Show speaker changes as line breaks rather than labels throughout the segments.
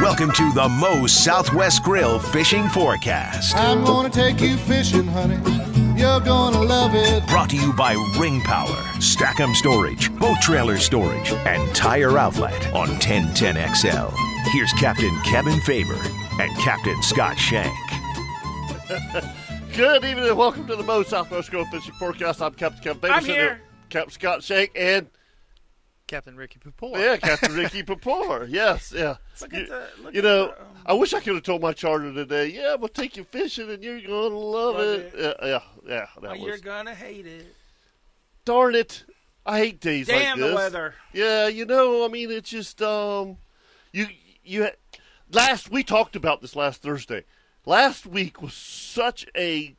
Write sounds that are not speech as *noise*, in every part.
Welcome to the Moe's Southwest Grill Fishing Forecast.
I'm gonna take you fishing, honey. You're gonna love it.
Brought to you by Ring Power, Stack'em Storage, Boat Trailer Storage, and Tire Outlet on 1010XL. Here's Captain Kevin Faber and Captain Scott Shank.
Good evening and welcome to the Mo Southwest Grove Fishing Forecast. I'm Captain Kevin Davis.
I'm here.
Captain Scott Shank and
Captain Ricky Papoula.
yeah, Captain Ricky
*laughs*
Papour. Yes, yeah.
Look
you,
at the- look
you
at
know,
the, um,
I wish I could have told my charter today. Yeah, we'll take you fishing and you're gonna love
Love
it. Yeah, yeah, yeah. That
Oh,
was,
you're gonna hate it.
darn it! I hate days
Damn
like this.
the weather.
Yeah, you know, I mean, it's just um, you you last we talked about this last Thursday. Last week was such a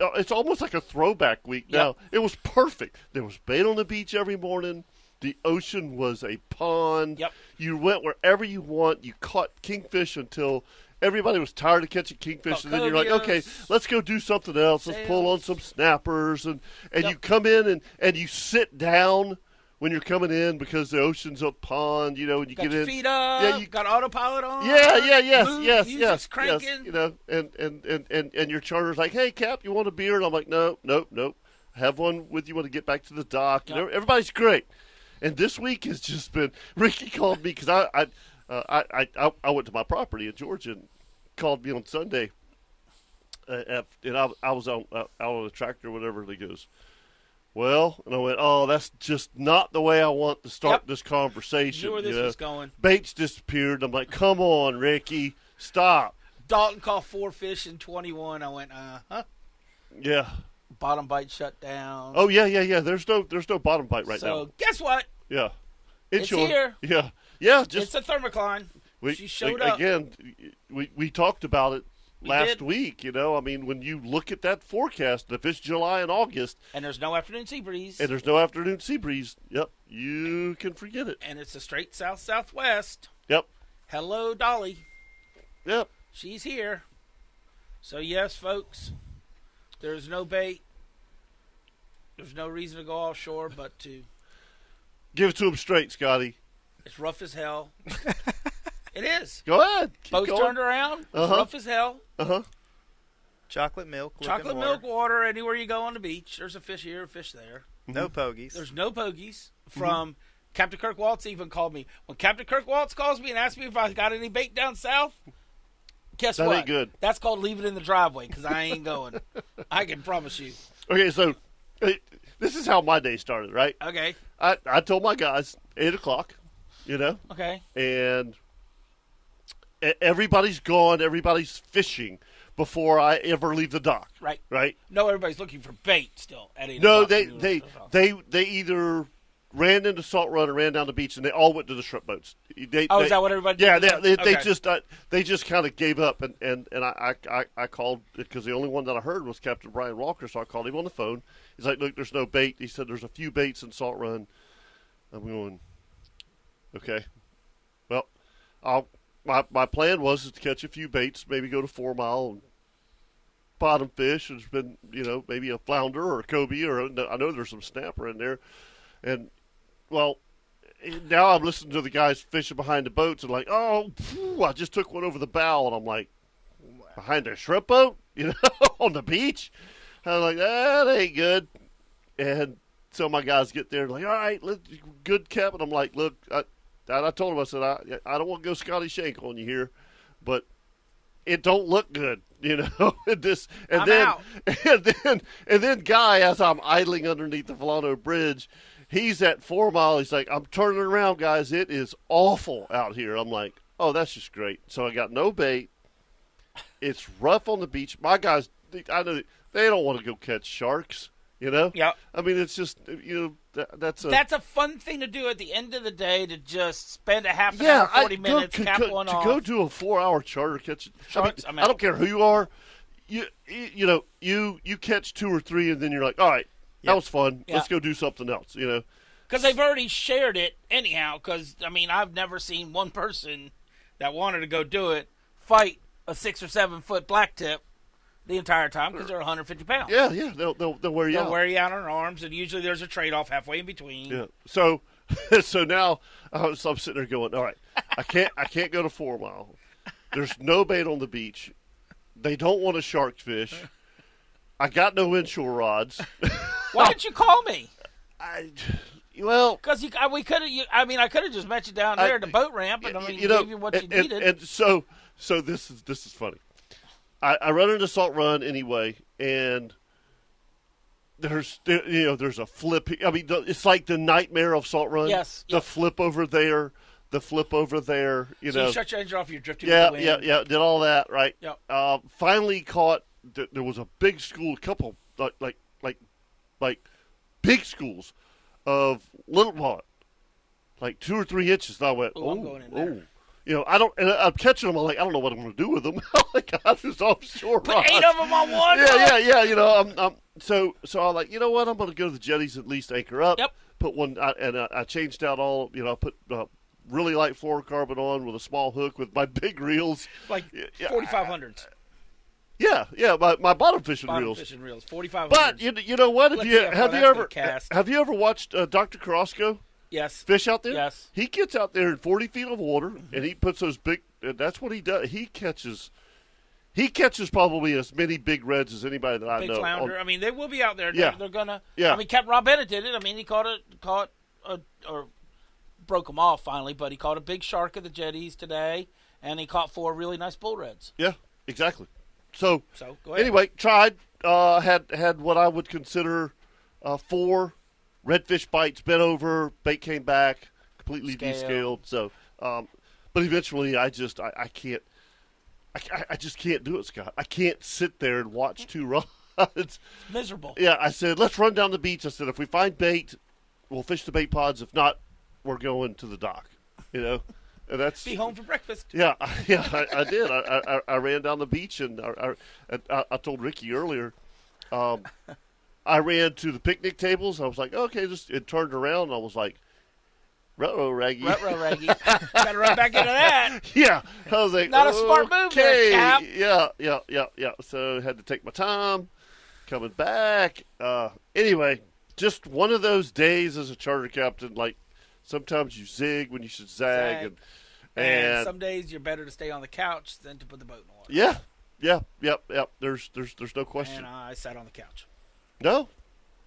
uh, it's almost like a throwback week now. It was perfect. There was bait on the beach every morning. The ocean was a pond.
Yep.
You went wherever you want. You caught kingfish until everybody was tired of catching kingfish, and then you're like, okay,
Cocobias.
let's go do something else. Let's pull on some snappers, and and you come in and and you sit down when you're coming in because the ocean's a pond, you know, and you
Got
get
your
in.
feet up.
Yeah,
Yeah,
you-
you got autopilot on.
Yeah, yeah, yes,
Mood,
yes,
music's
yes,
cranking.
yes. You know, and and and and and your charter's like, "Hey, Cap, you want a beer?" And I'm like, "No, nope, nope. Have one with you when I get back to the dock." You know, everybody's great. And this week has just been. *laughs* Ricky called me because I I, uh, I I I I went to my property in Georgia and called me on Sunday. Uh, at- and I, I was on uh, out on the tractor, or whatever. And he goes, "Well," and I went, "Oh, that's just not the way I want to start
Yep.
this conversation."
Knew where
you
this
know?
was going.
Bates disappeared. I'm like, come on, Ricky, stop.
Dalton caught four fish in 21. I went, uh huh.
Yeah.
Bottom bite shut down.
Oh yeah, yeah, yeah. There's no, there's no bottom bite right
so
now.
guess what?
Yeah.
It's
your-
here.
Yeah. Yeah. Just
it's a thermocline.
we,
she showed
a-
up.
again. We we talked about it last
did.
week. You know, I mean, when you look at that forecast, if it's July and August
And there's no afternoon sea breeze.
and there's no afternoon sea breeze, yep, you can forget it.
and it's a straight south southwest.
Yep.
Hello, Dolly.
Yep.
She's here. So yes, folks, there's no bait. There's no reason to go offshore, but to
Give it to him straight, Scotty.
it's rough
*laughs*
as hell. it is.
Go ahead. Keep
Boats
going.
turned around. It's
Uh-huh.
rough as hell.
Chocolate milk. liquid
Chocolate
water.
milk water anywhere you go on the beach. There's a fish here, a fish there.
No pogies.
There's no bogeys.
Mm-hmm.
From Captain Kirk Waltz even called me. When Captain Kirk Waltz calls me and asks me if I got any bait down south, guess
That
what?
ain't good.
That's called leaving in the driveway because I ain't
*laughs*
going. I can promise you.
Okay, so uh, this is how my day started, right?
Okay.
I, I told my guys eight o'clock, you know,
Okay.
and e- everybody's gone, everybody's fishing before I ever leave the dock.
Right.
Right?
No, everybody's looking for bait still. At eight
No,
o'clock
they
in the
they
morning.
they they either ran into Salt Run or ran down the beach, and they all went to the shrimp boats. They,
Oh,
they,
is that what everybody did?
Yeah, they, they, they
Okay.
just uh, they just kind of gave up, and and and I I, I, I called because the only one that I heard was Captain Brian Walker, so I called him on the phone. He's like, "Look, there's no bait." He said, "There's a few baits in Salt Run." I'm going, okay. Well, I'll, my my plan was is to catch a few baits, maybe go to four mile and bottom fish. There's been you know maybe a flounder or a cobia, or a, I know there's some snapper in there, and well, now I'm listening to the guys fishing behind the boats and like, oh, phew, I just took one over the bow, and I'm like, behind a shrimp boat, *laughs* you know, on the beach. I was like, that ain't good. And so my guys get there, like, all right, let, good cap. And I'm like, look, I, and I told him, I said, I, I don't want to go Scotty Shank on you here, but it don't look good, *laughs* you know. and this, and
I'm
then,
out.
*laughs* and then, and then, guy, as I'm idling underneath the Volano Bridge, he's at four mile. He's like, I'm turning around, guys. It is awful out here. I'm like, oh, that's just great. So I got no bait. It's rough on the beach. My guys, they- I know they don't want to go catch sharks. You know.
Yep.
I mean, it's just you know that, that's a
That's a fun thing to do at the end of the day to just spend a half an hour,
yeah. I
40 minutes,
go,
cap
go-
one
to
off.
go do a four-hour charter catch.
Sharks,
I, mean,
I'm
I don't
out.
care who you are. You you you know you you catch two or three, and then you're like, all right, that was fun.
Yeah.
Let's go do something else. You know.
Because they've already shared it anyhow. Because I mean, I've never seen one person that wanted to go do it fight a six or seven foot black tip the entire time because they're 150 pounds.
Yeah, yeah. They'll they'll, they'll wear you
They'll
out.
wear you out on arms, and usually there's a trade off halfway in between.
Yeah. So *laughs* so now I was, I'm sitting there going, all right, I can't I can't go to four mile. There's no bait on the beach. They don't want to shark fish. I got no inshore rods. *laughs*
Why didn't you call me?
I, well,
Because you, I, we could have. I mean, I could have just met you down there
I-
at the boat ramp, and I mean,
you know,
gave you what you
and, and-
needed.
and so, so this is this is funny. I, I run into Salt Run anyway, and there's there- you know there's a flip. I mean, the, it's like the nightmare of Salt Run.
Yes,
the
yep.
flip over there, the flip over there. You
so
know,
you shut your engine off. You're drifting. with
yeah,
the wind.
yeah, yeah. Did all that right.
Yep.
Uh, finally caught. Th- there was a big school, a couple like like like like big schools of little pot, like two or three inches. And I went,
Ooh,
oh,
I'm going in there."
oh. You know, I don't. And I- I'm catching them. I'm like, I don't know what I'm going to do with them. *laughs* like, I was offshore.
Put
rods.
eight
*laughs*
of them on one.
Yeah, yeah, yeah. You know, I'm, I'm so so. I'm like, you know what? I'm going to go to the jetties at least anchor up.
Yep.
Put one, I, and I, I changed out all. You know, I put uh, really light fluorocarbon on with a small hook with my *laughs* big reels.
Like
Yeah, yeah,
forty five hundreds.
Yeah, yeah. My, my bottom fishing
Bottom
reels.
fishing reels. Forty five
But
hundreds.
you you know what? If
Let's
you
see how
have
far
you
that's
ever
gonna cast.
have you ever watched uh, Doctor Carrasco
Yes.
fish out there?
Yes. Mm-hmm.
He gets out there in forty feet of water and he puts those big. And that's what he does. He catches. He catches probably as many big reds as anybody that I
Big
know. on-
flounder. I mean, they will be out there.
Yeah.
They're, they're gonna.
Yeah.
I mean, Captain Rob Bennett did it. I mean, he caught a caught a, or broke them off finally, but he caught a big shark at the jetties today, and he caught four really nice bull reds.
Yeah, exactly. So,
So, go ahead.
anyway, tried uh, had had what I would consider uh, four redfish bites, bent over, bait came back, completely
Scale.
descaled. So, um, but eventually, I just I, I can't. I, I- I just can't do it, Scott. I can't sit there and watch two *laughs* rods.
Miserable.
yeah, I said, let's run down the beach. I said, if we find bait, we'll fish the bait pods. If not, we're going to the dock. You know, and that's
Be home for
*laughs*
breakfast.
yeah, I- yeah, I, I did. I, I- I, I ran down the beach and I, I, I, I told Ricky earlier. Um, I ran to the picnic tables. I was like, okay, just it turned around. And I was like, row Raggy.
Rut row, Raggy. Gotta run back into that.
*laughs* yeah, I was like,
Not a smart move there,
okay.
Cap.
Yeah, yeah, yeah, yeah. So I had to take my time coming back. Uh, anyway, just one of those days as a charter captain. Like sometimes you zig when you should zag,
Zag.
and
And some days you're better to stay on the couch than to put the boat in the water.
Yeah, yeah, yep, yep. There's there's there's no question.
And I sat on the couch.
no,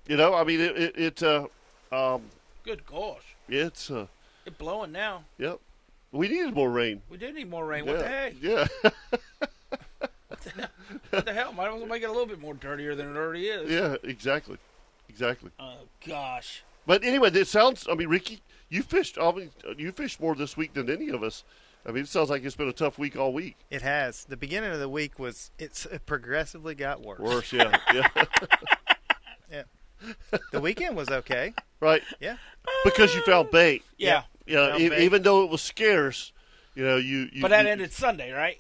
you know, I mean, it it, it uh, um,
Good gosh,
it's uh,
it's blowing now.
yep. We needed more rain.
We do need more rain.
Yeah,
What the heck?
yeah, *laughs*
What the hell? Might as well make it a little bit more dirtier than it already is.
yeah, exactly, exactly.
Oh gosh.
But anyway, it sounds. I mean, Ricky, you fished. I mean, you fished more this week than any of us. I mean, it sounds like it's been a tough week all week.
It has. The beginning of the week was it's it progressively got worse.
Worse, yeah, *laughs* yeah,
Yeah. The weekend was okay. *laughs*
right.
Yeah.
Because you found bait.
Yeah.
You know,
Found
e-
bait.
even though it was scarce, you know, you. you
But that
you-
ended Sunday, right?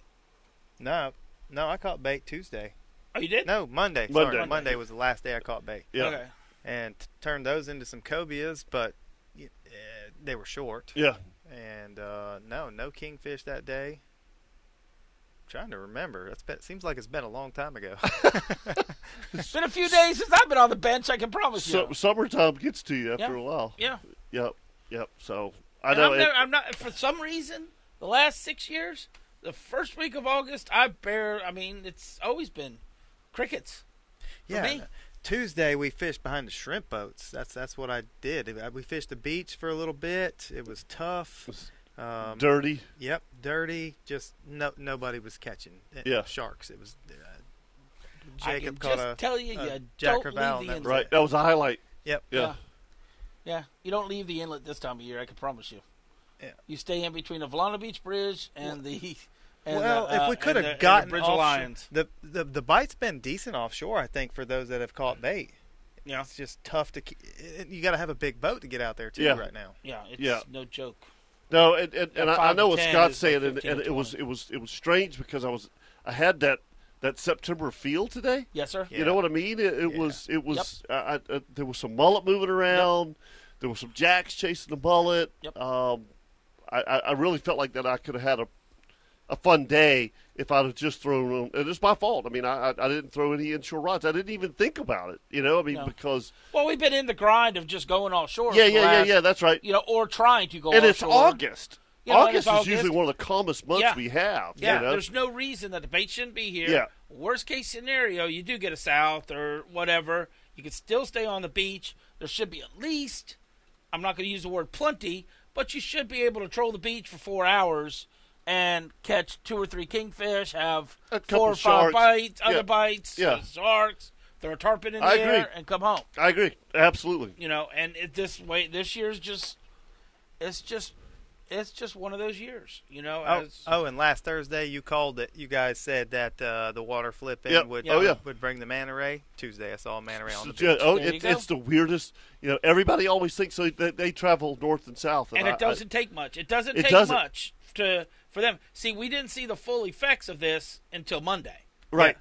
No. No, I caught bait Tuesday.
Oh, you did?
No, Monday.
Monday.
Sorry, Monday was the last day I caught bait,
Yeah.
Okay.
and t- turned those into some cobias, but y- eh, they were short.
Yeah.
And uh, no, no kingfish that day. trying to remember. It's been, it seems like it's been a long time ago. *laughs*
It's been a few days since I've been on the bench. I can promise
So,
you.
summertime gets to you after
Yeah.
a while.
Yeah.
Yep, yep. So I
And
know.
I'm,
it-
never, I'm not for some reason the last six years, the first week of August, I bear. I mean, it's always been crickets.
yeah. uh,
me.
Tuesday we fished behind the shrimp boats. That's that's what I did. I- We fished the beach for a little bit. It was tough. Um,
dirty.
Yep, dirty. Just no nobody was catching uh,
Yeah.
sharks. It was uh,
I
Jacob
can
caught
just
a
tell you,
a
you
Jack
don't
Ravel
leave
and
the
that
inlet.
was
Right. That was a highlight.
yep.
Yeah.
Yeah, you don't leave the inlet this time of year. I can promise you.
Yeah.
You stay in between the Volana Beach Bridge and the. And
well,
the, uh,
if we could
and the-
have
and
gotten
the Bridge
offshore,
of Lions,
the the the bite's been decent offshore. I think for those that have caught bait,
yeah,
it's just tough to. ke- it- You got to have a big boat to get out there too
Yeah.
right now.
yeah, it's
Yeah.
no joke.
No, and, and, and I, I
five
know
to
what
10
Scott's
is like
saying, and,
15
and
to
it was it was it was strange because I was I had that that September feel today.
Yes, sir.
You know what I mean? It, it
Yeah.
was it was I, I, uh, there was some mullet moving around. There was some jacks chasing the mullet.
Yep.
Um, I, I I really felt like that I could have had a a fun day if I'd have just thrown them. And it's my fault. I mean, I, I, I didn't throw any inshore rods. I didn't even think about it, you know, I mean,
No.
because,
Well, we've been in the grind of just going offshore.
yeah,
for the
yeah, yeah,
last-
yeah, that's right.
You know, or trying to go
and it's
offshore.
August.
Yeah, and
August
it's
is usually
August.
one of the calmest months
Yeah.
we have.
Yeah,
you know?
there's no reason that the bait shouldn't be here.
Yeah.
Worst case scenario, you do get a south or whatever. You can still stay on the beach. There should be at least, I'm not going to use the word plenty, but you should be able to troll the beach for four hours and catch two or three kingfish, have
A couple
four or five
sharks.
bites,
Yeah.
other bites, uh,
Yeah.
sharks, throw a tarpon in the
I
air,
agree.
and come home.
I agree. Absolutely.
You know, and it, this way, this year's just, it's just, it's just one of those years. You know,
Oh,
as-
oh, and last Thursday you called it. You guys said that uh, the water flip in
Yep.
would
Oh, yeah.
would bring the manta ray. Tuesday I saw a manta ray on the
It's ju-
beach.
oh,
There you
it,
go.
it's the weirdest. You know, everybody always thinks they, they, they travel north and south,
and
I-
it doesn't take much. It doesn't
It
take
doesn't.
much to for them. See, we didn't see the full effects of this until Monday.
I- right.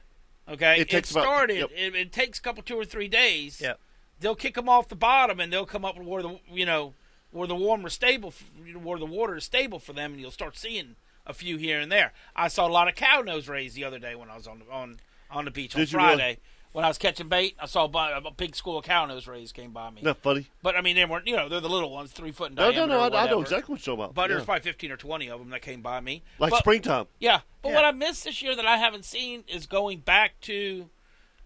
Okay,
It takes about-
started.
yep.
It, it takes a couple, two or three days.
Yep.
they'll kick them off the bottom, and they'll come up where the you know where the warmer stable f- where the water is stable for them, and you'll start seeing a few here and there. I saw a lot of cow nose rays the other day when I was on on on the beach on
Did you really?
Friday. When I was catching bait, I saw a, bu- a big school of cow nose rays came by me.
Isn't that funny?
But I mean, they weren't. You know, they're the little ones, three foot in
No, no,
diameter.
no.
or
I, I know
whatever.
exactly what you're talking about.
But
Yeah.
there's probably 15 or 20 of them that came by me.
Like
But-
springtime.
Yeah. But what
Yeah.
I missed this year that I haven't seen is going back to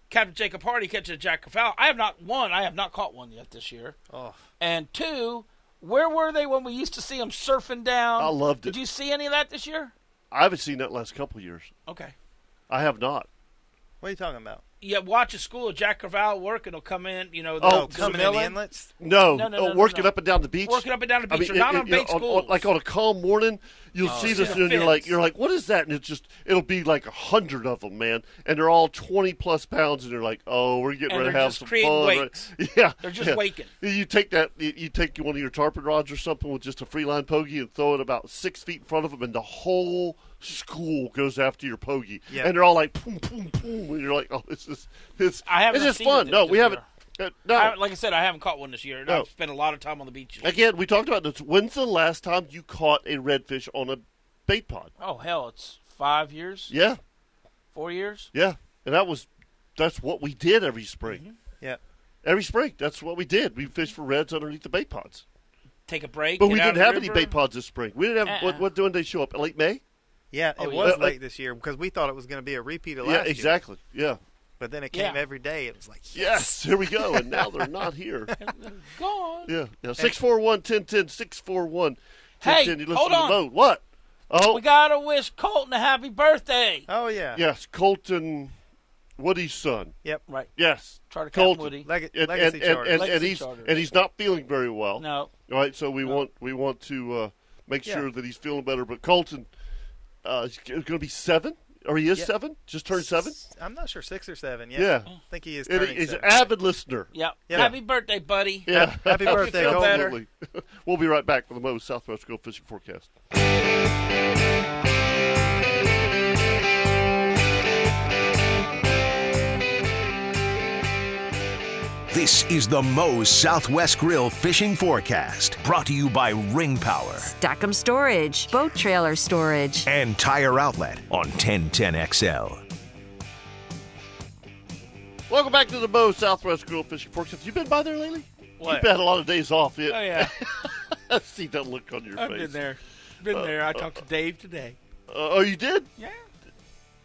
Captain Jacob Hardy catching a jack of fowl. I have not, one, I have not caught one yet this year.
Oh.
And two, where were they when we used to see them surfing down?
I loved it.
Did you see any of that this year?
I haven't seen that last couple of years.
Okay.
I have not.
What are you talking about?
Yeah, watch a school of Jack Craval work and he'll come in, you know,
Oh,
they'll
coming in the
vanilla,
inlets.
No,
No, no,
oh,
no, no,
working
no.
up and down the beach.
Working up and down the
I
beach.
mean,
They're
it-
not on
it- you know,
bait
on-
schools. Oh,
on- like on a calm morning, you'll see this,
the
and you're like,
fins.
you're like, what is that? And it's just, it'll be like a hundred of them, man, and they're all twenty plus pounds, and you're like, oh, we're getting
And
ready to
they're
have
just
some
creating
fun.
wakes.
right? *laughs* Yeah,
They're just
yeah.
waking.
You take that, you you take one of your tarpon rods or something with just a free line pogey and throw it about six feet in front of them, and the whole school goes after your pogey,
Yeah.
and they're all like, boom, boom, boom, and you're like, oh, this is, it's,
I haven't
it's just
seen
fun.
it
No,
this
we
year.
haven't. uh, no,
I, like I said, I haven't caught one this year. and
No.
I've spent a lot of time on the beach.
Again, we talked about this. When's the last time you caught a redfish on a bait pod?
Oh, hell, it's five years,
Yeah,
four years.
yeah, and that was that's what we did every spring.
Mm-hmm.
Yeah.
Every spring, that's what we did. We fished for reds underneath the bait pods,
take a break.
but
get
we
out of
didn't
the
have any
river.
bait pods this spring. We didn't have.
Uh-uh.
What, what when they show up? Late May?
Yeah, it
Oh, yeah.
was
Uh, uh,
late this year because we thought it was going to be a repeat of last
yeah,
year.
exactly. Yeah.
But then it came
Yeah.
every day. It was like,
Yes. Here we go. And now they're not
*laughs*
here.
Gone.
Yeah. Yeah. Six four one ten ten six four one
Hey,
ten ten. You listen
hold
to the
on.
boat. What? Oh,
We gotta wish Colton a happy birthday.
oh yeah,
yes. Colton, Woody's son.
yep.
Right.
Yes.
Try to count
Colton.
Woody.
Leg-
and, and,
legacy
and,
charter.
and, and
Legacy
he's
charters.
and he's not feeling very well.
No.
All right, so we want we want to uh, make
Yeah.
sure that he's feeling better. But Colton uh, is going to be seven, or he is
Yeah.
seven, just turned seven.
S- I'm not sure six or seven. Yeah,
Yeah,
I think he is
and
turning
he's an
seven.
avid listener.
Yep.
Yeah.
Happy birthday, buddy.
Yeah,
Happy birthday,
feel
Colton.
better.
absolutely. *laughs* we'll be right back with the Mo Southwest Grill Fishing Forecast.
This is the Moe's Southwest Grill Fishing Forecast, brought to you by Ring Power
Stackham Storage, boat trailer storage.
and Tire Outlet on 1010XL.
Welcome back to the Mo Southwest Grill Fishing Forecast. You been by there lately?
What?
You've had a lot of days off. Yeah, *laughs*
Oh yeah.
I see that look on your
I've
face.
been there. Been there. I talked to Dave today.
Uh, oh, you did?
Yeah.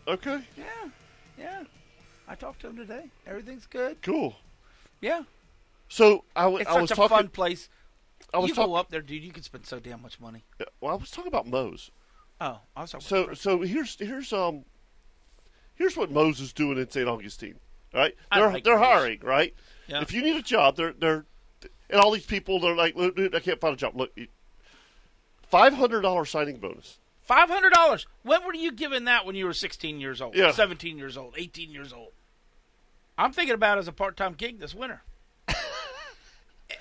Okay,
Yeah. Yeah. I talked to him today. Everything's good.
cool.
Yeah.
So I, w-
It's
I
such
was
a
talking.
fun place.
I was
you
talking.
go up there, dude. You can spend so damn much money.
Well, I was talking about Moe's.
Oh, I was talking.
So
about
so here's here's um here's what Moses is doing in St. Augustine. All right,
I
they're
like
they're
Moses.
hiring right.
Yeah.
If you need a job, they're they're and all these people they're like, look, dude, I can't find a job. Look, five hundred dollar signing bonus.
five hundred dollars. When were you given that when you were sixteen years old,
Yeah.
seventeen years old, eighteen years old? I'm thinking about it as a part-time gig this winter.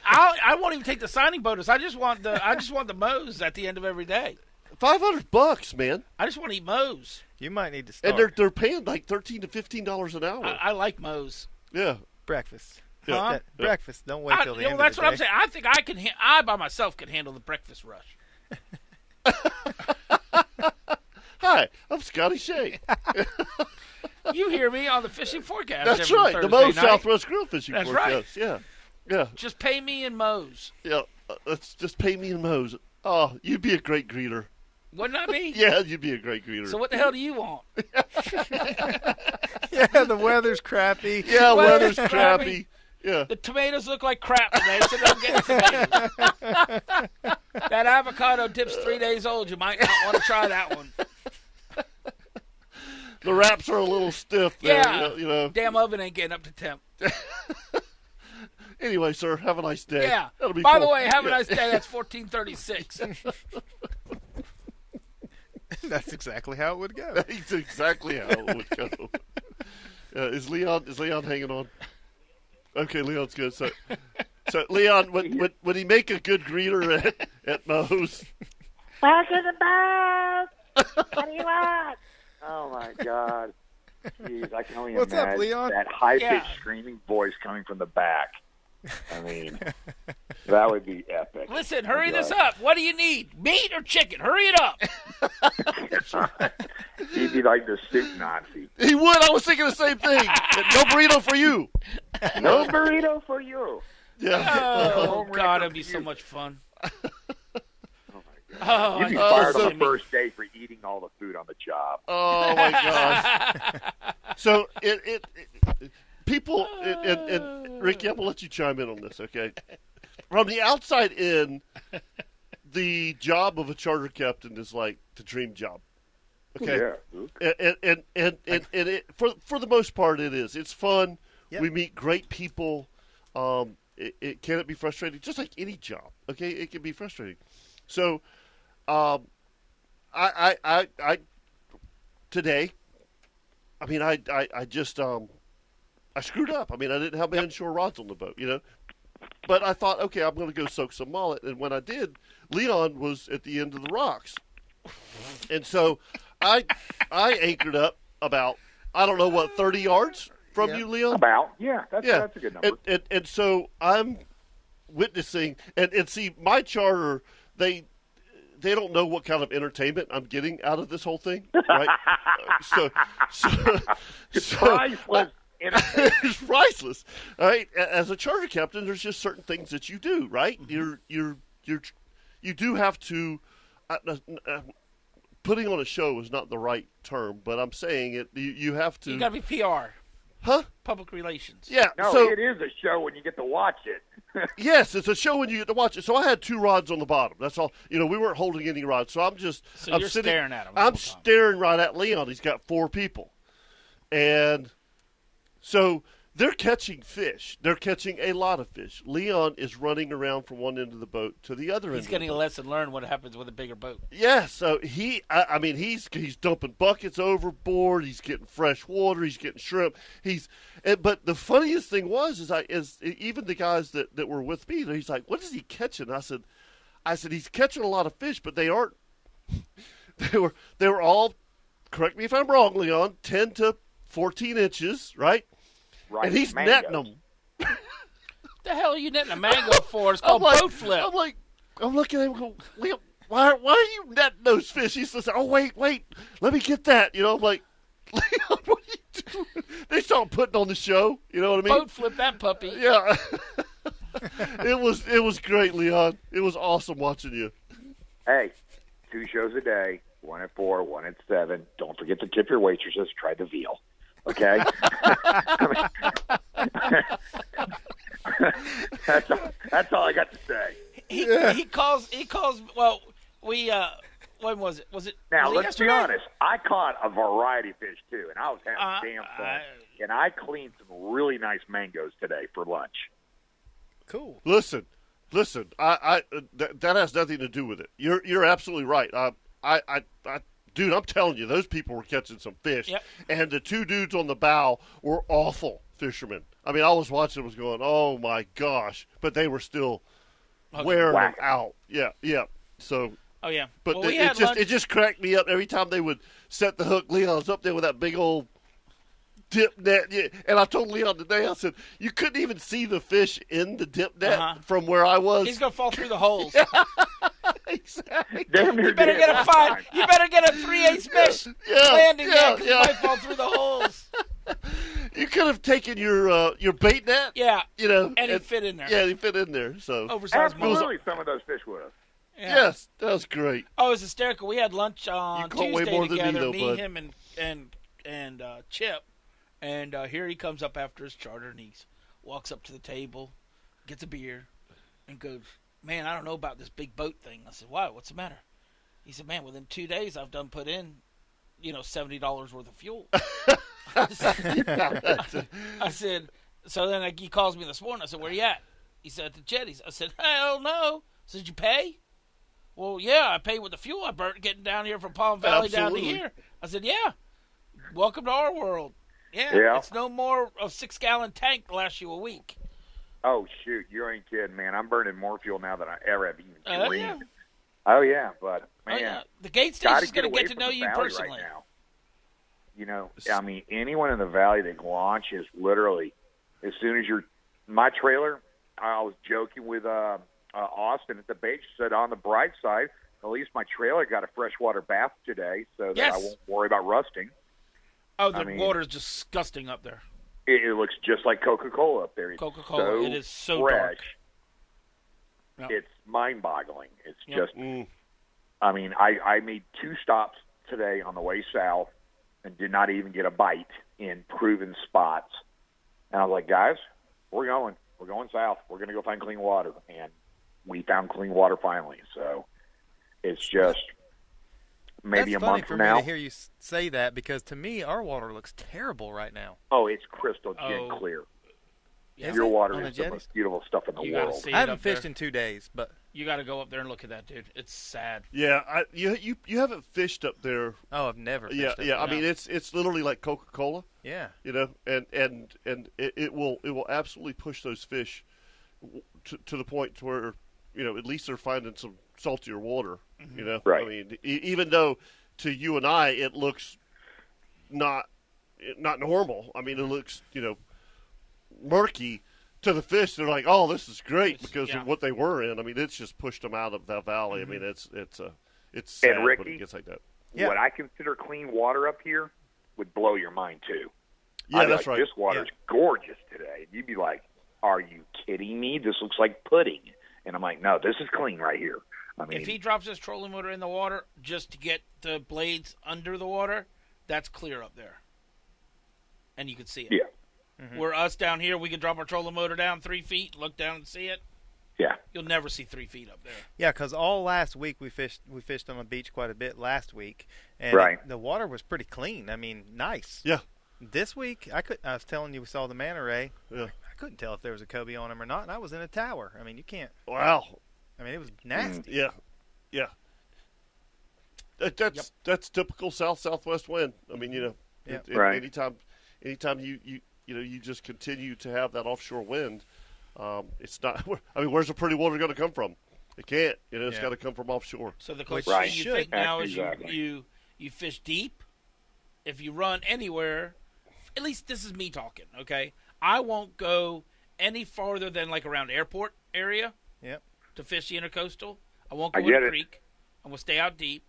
I I won't even take the signing bonus. I just want the I just want the Moe's at the end of every day.
Five hundred bucks, man,
I just want to eat Moe's.
You might need to start
and they're they're paying like thirteen to fifteen dollars an hour.
Oh. I, I like Moe's.
yeah,
breakfast.
Yeah.
That-
Yeah.
Breakfast. Don't wait
I,
till the
you know,
end.
that's
of the
what I'm
day.
*laughs*
saying. I think I can. Ha- I by myself can handle the breakfast rush.
hi, I'm Scotty
*laughs*
Shea.
You hear me on the fishing forecast.
That's
every
right. The
Thursday
Mo
night.
Southwest Grill Fishing
That's
Forecast. Yeah. Yeah.
Just pay me in Moe's.
Yeah. Uh, Let's just pay me in Moe's. Oh, you'd be a great greeter.
Wouldn't I be?
*laughs* Yeah, you'd be a great greeter.
So what the hell do you want?
yeah, *laughs* the weather's crappy.
*laughs*
yeah,
weather's
weather's
crappy.
crappy.
*laughs*
Yeah.
The tomatoes look like crap today, so don't get tomatoes.
*laughs*
that avocado dip's three days old. You might not want to try that one.
The wraps are a little stiff there.
Yeah.
You know, you know.
Damn oven ain't getting up to temp.
Anyway, sir, have a nice day.
Yeah.
That'll be
By
cool.
the way, have a
Yeah.
nice day. That's fourteen thirty six.
That's exactly how it would
*laughs* *laughs*
go.
That's exactly how it would go.
*laughs*
Uh, is Leon is Leon hanging on? Okay, Leon's good. So, so Leon, would, would, would he make a good greeter at, at Moe's?
Welcome to Bob. What do you want?
Oh my God. Jeez, I can only
What's up,
imagine
Leon?
that high pitched
Yeah.
screaming voice coming from the back. I
*laughs*
mean, that would be epic.
Listen, hurry this up. What do you need? Meat or chicken? Hurry
*laughs*
it up.
*laughs* He'd be like the soup Nazi.
He would. I was thinking the same
*laughs*
thing. no burrito for you.
No burrito for you.
Yeah.
Oh
home wrecker
God, it'd
for
be so
you.
much
*laughs*
fun. Oh,
You'd be
I-
fired
so-
on the first day for eating all the food on the job.
Oh my gosh. So it it, it people it, and, and Ricky, I'm gonna let you chime in on this, okay? From the outside in, the job of a charter captain is like the dream job. Okay.
Yeah.
and and and, and, and, and it, for for the most part, it is. It's fun.
Yeah.
We meet great people. Um, it, it can it be frustrating, just like any job. Okay, it can be frustrating. So, um, I, I I I today, I mean, I I, I just um, I screwed up. I mean, I didn't have my inshore rods on the boat. You know. But I thought, okay, I'm going to go soak some mullet. And when I did, Leon was at the end of the rocks. And so I I anchored up about I don't know what thirty yards from you, Leon.
About. Yeah, that's,
yeah,
that's a good number.
And, and and so I'm witnessing and, and see my charter they they don't know what kind of entertainment I'm getting out of this whole thing,
*laughs*
right? Uh, so so, so
Priceless.
*laughs* it's priceless. All right, A- as a charter captain, there's just certain things that you do, right?
Mm-hmm.
You're you're you're you do have to. Uh, uh, putting on a show is not the right term, but I'm saying it. You, you have to.
you gotta be PR,
huh?
public relations.
Yeah.
no,
so
it is a show when you get to watch it.
yes, it's a show when you get to watch it. So I had two rods on the bottom. That's all. You know, we weren't holding any rods, so I'm just.
So
I'm
you're
sitting,
staring at 'em the
I'm
whole time.
staring right at Leon. He's got four people, and so they're catching fish. They're catching a lot of fish. Leon is running around from one end of the boat to the other end.
He's
of the
getting a
boat.
lesson learned what happens with a bigger boat.
Yeah, so he, I, I mean, he's he's dumping buckets overboard. He's getting fresh water. He's getting shrimp. He's, and, but the funniest thing was is I is even the guys that that were with me, he's like, what is he catching? I said, I said he's catching a lot of fish, but they aren't. *laughs* They were they were all, correct me if I'm wrong, Leon, ten to fourteen inches, right?
Right.
and he's
mangoes.
netting them.
What the hell are you netting a mango
*laughs*
for? It's
I'm
called
like,
boat flip.
I'm like, I'm looking at him going, Liam, why, why are you netting those fish? He's just like, oh, wait, wait, let me get that. You know, I'm like, *laughs* Liam, what are you doing? They start putting on the show. You know what I mean?
boat flip that puppy.
Yeah. *laughs* it was it was great, Leon. It was awesome watching you.
Hey, two shows a day, one at four, one at seven. Don't forget to tip your waitresses. Try the veal.
*laughs*
Okay? I mean- that's, all, that's all I got to say.
He, he calls. He calls. Well, we. uh When was it? Was it?
Now,
was it
let's
yesterday?
be honest. I caught a variety of fish, too, and I was
Uh,
having damn fun.
I-
and I cleaned some really nice mangoes today for lunch.
Cool.
Listen, listen. I, I th- that has nothing to do with it. You're you're absolutely right. I, I, I, I dude, I'm telling you, those people were catching some fish,
Yep.
and the two dudes on the bow were awful fishermen. I mean, I was watching, was going, oh my gosh, but they were still wearing
Whack.
them out. Yeah, yeah. So.
Oh yeah.
But
well,
they-
we
it
had
just
lunch.
it just cracked me up every time they would set the hook. Leon's up there with that big old dip net, Yeah, and I told Leon today, I said you couldn't even see the fish in the dip net
Uh-huh.
from where I was.
He's gonna fall through the holes.
*laughs* exactly.
Damn
*laughs*
near
You better
did
get a
last
five.
time.
You better get a three ace mesh
Yeah,
landing
yeah,
net 'cause
yeah.
it might fall through
*laughs*
the holes.
You could have taken your uh, your bait net.
Yeah,
You know,
and it fit in there.
Yeah, he fit in there. So
Oversized mullet.
Absolutely, some of those fish would have.
Yeah.
yes, that was great.
Oh, it was hysterical. We had lunch on
caught way
Tuesday
more than me,
together,
though,
me,
bud.
him, and and and uh, Chip. And uh, here he comes up after his charter, and he walks up to the table, gets a beer, and goes, "Man, I don't know about this big boat thing." I said, "Why? What's the matter?" He said, "Man, within two days, I've done put in, you know, seventy dollars worth of
*laughs*
fuel." *laughs* I said, "So then like, he calls me this morning." I said, "Where you at?" He said, "At the jetties." I said, "Hell no!" I said, "Did you pay?" Well, yeah, I paid with the fuel I burnt getting down here from Palm Valley down
Absolutely.
to here. I said, yeah. Welcome to our world. Yeah,
Yeah.
it's no more a six gallon tank to last you a week.
Oh shoot, you ain't kidding, man. I'm burning more fuel now than I ever have even
Oh,
dreamed.
yeah.
Oh yeah, but
Oh,
man,
yeah. The gate
gotta
station's
get
going to
away
get to
from
know
the
you
valley
personally.
right now. You know, I mean, anyone in the valley that launches literally as soon as you're my trailer. I was joking with uh, uh, Austin at the beach. Said on the bright side, at least my trailer got a freshwater bath today, so that I
Yes.
won't worry about rusting.
Oh, the
I mean-
water's disgusting up there.
It, it looks just like Coca Cola up there. It's
Coca-Cola.
So
It is so
fresh.
dark. Yeah.
It's mind boggling. It's
Yeah.
just,
Mm.
I mean, I, I made two stops today on the way south and did not even get a bite in proven spots. And I was like, guys, we're going. We're going south. We're going to go find clean water. And we found clean water finally. So it's just maybe
That's
a
funny
month
for
from
me
now.
to hear you s- say that because to me our water looks terrible right now.
Oh, it's crystal gin
Oh,
clear.
Is
Your
it?
water
On the
is the
jetties?
most beautiful stuff in the
You got to
world.
see it
I haven't
up there.
fished in two days, but
You got to go up there and look at that, dude. It's sad.
Yeah, I, you you you haven't fished up there.
oh, I've never.
Yeah,
fished up
yeah. I
there.
mean, it's it's literally like Coca Cola.
yeah.
you know, and and and it, it will it will absolutely push those fish w- to, to the point to where you know at least they're finding some saltier water. You know,
Right.
I mean, e- even though to you and I it looks not it- not normal. I mean, it looks you know murky to the fish. They're like, oh, this is great because
yeah.
of what they were in. I mean, it's just pushed them out of that valley. I mean, it's it's a it's
And
sad when
Ricky?
it gets like that.
Yeah.
what I consider clean water up here would blow your mind too.
Yeah,
I'd be
that's
like,
right.
This water's gorgeous today. You'd be like, "Are you kidding me? This looks like pudding." And I'm like, "No, this is clean right here." I mean,
If he drops his trolling motor in the water just to get the blades under the water, that's clear up there. And you can see it.
yeah,
Where us down here, we can drop our trolling motor down three feet, look down and see it.
yeah,
You'll never see three feet up there.
Yeah, because all last week we fished we fished on the beach quite a bit last week, and
Right.
the water was pretty clean. I mean, nice.
Yeah,
This week I could I was telling you we saw the manta ray.
yeah.
I couldn't tell if there was a cobia on him or not, and I was in a tower. I mean, you can't.
Wow,
I mean, it was
Mm,
nasty.
Yeah, yeah. That, that's that's typical south southwest wind. I mean, you know,
Yeah.
it- it-
Right.
anytime, anytime you, you you know you just continue to have that offshore wind, um, it's not. *laughs* I mean, where's the pretty water going to come from? It can't. You know, it's
Yeah.
got to come from offshore.
So the question
Right.
you
should.
think now is
Exactly.
you, you you fish deep. If you run anywhere, at least this is me talking. Okay, I won't go any farther than like around airport area.
Yep.
to fish the intercoastal. I won't go
I
in
get
the
it.
creek. I'm gonna stay out deep.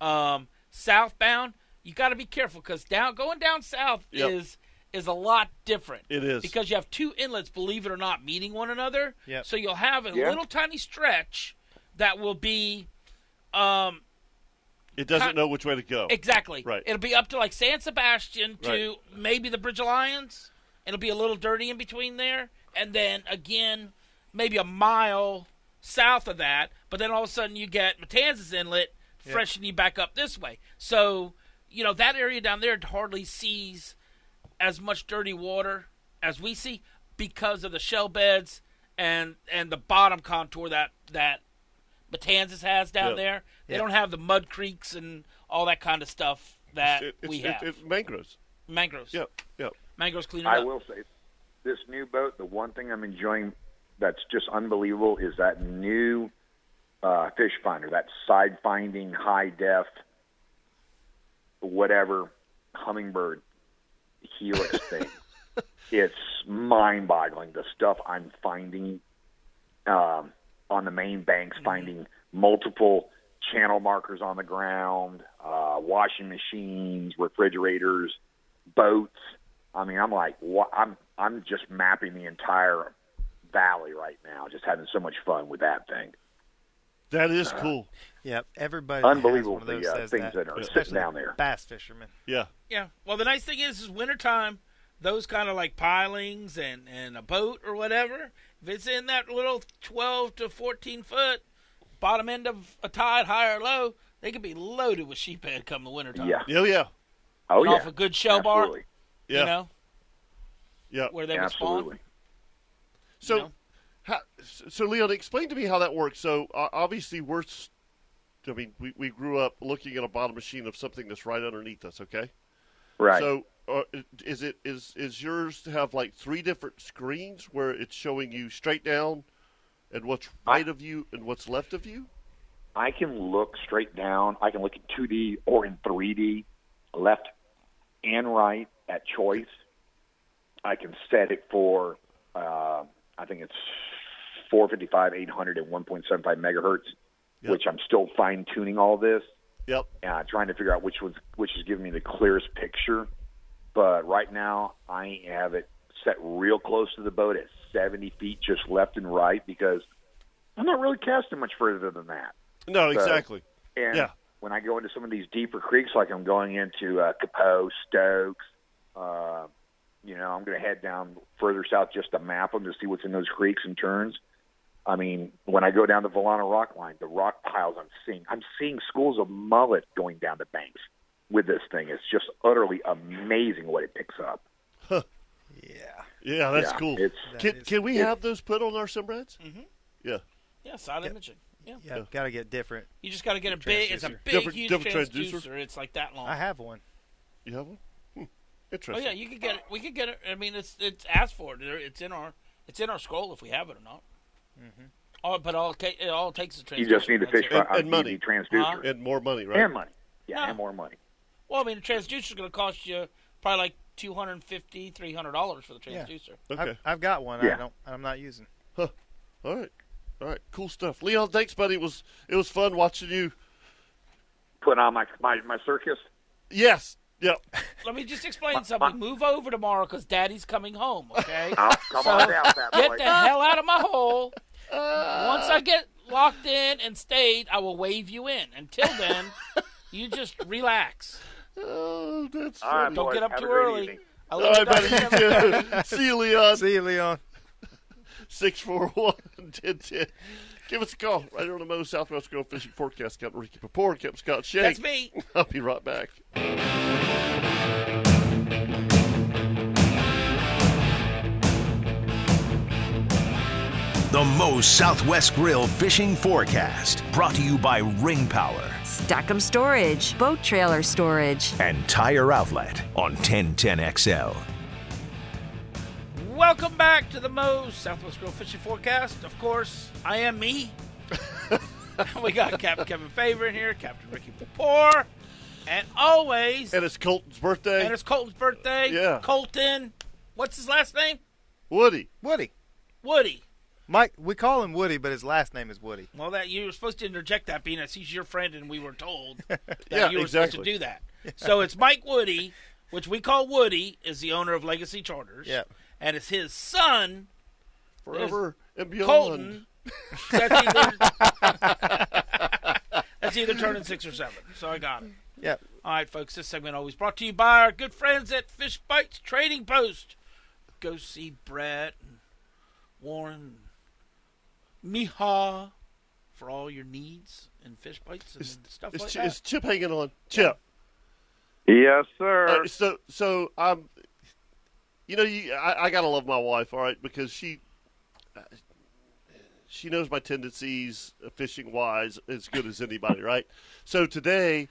Um, southbound, you got to be careful because down going down south
Yep.
is is a lot different.
It is.
because you have two inlets, believe it or not, meeting one another.
Yep.
So you'll have a
Yeah.
little tiny stretch that will be, um,
It doesn't
Con-
know which way to go.
exactly.
Right.
It'll be up to like San Sebastian to
Right.
maybe the Bridge of Lions. It'll be a little dirty in between there, and then again, maybe a mile south of that. But then all of a sudden, you get Matanzas Inlet freshening you back up this way. So you know that area down there hardly sees as much dirty water as we see because of the shell beds and and the bottom contour that that Matanzas has down
Yeah.
there. They
Yeah.
don't have the mud creeks and all that kind of stuff that
It- it's,
we
it-
have.
it's mangroves.
mangroves.
Yeah, yeah.
Mangroves clean it
I
up.
will say, this new boat. The one thing I'm enjoying that's just unbelievable is that new uh, fish finder, that side finding high def, whatever hummingbird helix
*laughs*
thing. It's mind boggling the stuff I'm finding um, on the main banks, finding multiple channel markers on the ground, uh, washing machines, refrigerators, boats. I mean, I'm like, wha- I'm I'm just mapping the entire valley right now, just having so much fun with that thing.
That is cool.
Yeah, everybody.
Unbelievable
that has one of
the,
those
uh,
says
things that are sitting
especially
down
the
there.
Bass fishermen.
Yeah.
Yeah. Well, the nice thing is, is wintertime, those kind of like pilings and, and a boat or whatever, if it's in that little 12 to 14 foot bottom end of a tide, high or low, they could be loaded with sheephead come the wintertime.
Yeah.
Yeah. Yeah.
Oh
And
yeah,
off a good shell bar,
absolutely.
Yeah.
You know,
yeah.
where they would spawn.
absolutely.
So,
know?
how, so Leon, explain to me how that works. So, uh, obviously, we're, s- I mean, we, we grew up looking at a bottle machine of something that's right underneath us. Okay.
Right.
So, uh, is it is is yours to have like three different screens where it's showing you straight down, and what's right of you and what's left of you?
I can look straight down. I can look in 2D or in 3D, left and right at choice. I can set it for, uh, I think it's 455, 800, and 1.75 megahertz,
Yep.
which I'm still fine tuning all this,
Yep.
uh, trying to figure out which was which is giving me the clearest picture. But right now, I have it set real close to the boat at 70 feet, just left and right, because I'm not really casting much further than that.
No, exactly.
And
Yeah.
when I go into some of these deeper creeks, like I'm going into uh, Capot, Stokes, uh, you know, I'm going to head down further south just to map them to see what's in those creeks and turns. I mean, when I go down the Volana rock line, the rock piles I'm seeing, I'm seeing schools of mullet going down the banks with this thing. It's just utterly amazing what it picks up.
Yeah.
Yeah, that's
yeah,
cool.
it's-
Can,
is-
can we have those put on our simbrads? Mm-hmm. Yeah.
Yeah, solid imaging. Yeah.
Yeah. Gotta get different.
You just got to get a big, it's a
Transducer.
big,
Different-
huge
different
transducer.
transducer.
It's like that long.
I have one.
You have one? Hmm.
oh
Interesting.
yeah, you could get it. We could get it. I mean, it's it's asked for. There- It's in our it's in our scroll if we have it or not. Mm-hmm. Oh, but all it ta- it all takes is transducer.
You just need to
That's it.
fish for
And-
a
and money.
easy transducer
And more money, right?
and money. Yeah,
No.
and more money.
Well, I mean, the transducer's going to cost you probably like two hundred fifty, three hundred dollars for the
Yeah.
transducer.
Okay.
I've, I've got one.
Yeah.
I don't. I'm not using.
All right. All right. Cool stuff. Leon, thanks, buddy. It was it was fun watching you.
Put on my, my, my circus.
Yes. Yep.
Let me just explain something. Move over tomorrow because Daddy's coming home.
*laughs*
Okay.
Oh, come on down, fat boy.
Get the hell out of my hole. Once I get locked in and stayed, I will wave you in. Until then, you just relax.
Oh, that's
All right,
funny.
Don't
boys.
get up
Have
too
a great
early.
evening.
I
All right,
love
buddy. *laughs*
you.
You too.
*laughs*
See you, Leon.
See you, Leon.
641 1010. Give us a call right here on the Mo Southwest Girl Fishing Forecast. Captain Ricky Papore, Captain Scott Shea.
That's me.
I'll be right back.
The Moe's Southwest Grill Fishing Forecast, brought to you by Ring Power
Stackum Storage, boat trailer storage.
and Tire Outlet on 1010XL.
Welcome back to the Moe's Southwest Grill Fishing Forecast. Of course, I am me. *laughs* we got Captain Kevin Favor in here, Captain Ricky Papour, and always,
And it's Colton's birthday.
and it's Colton's birthday.
Yeah.
Colton, what's his last name?
Woody.
Woody.
Woody.
Mike. We call him Woody, but his last name is Woody.
Well, that you were supposed to interject that, being as he's your friend, and we were told that
Yeah,
you were supposed
exactly.
to do that. So it's Mike Woody, which we call Woody, is the owner of Legacy Charters.
Yeah.
and it's his son
Forever and beyond.
Colton. That's either,
*laughs*
that's either turning six or seven. So I got it.
Yeah.
All right, folks. This segment always brought to you by our good friends at Fish Bites Trading Post. Go see Brett and Warren, Miha, for all your needs and fish bites and stuff
Is,
like
Ch-
that.
is Chip hanging on? Chip.
Yes, sir.
Uh, so so I'm, you know, you I, I gotta love my wife, all right, because she uh, she knows my tendencies uh, fishing wise as good as anybody, right? So today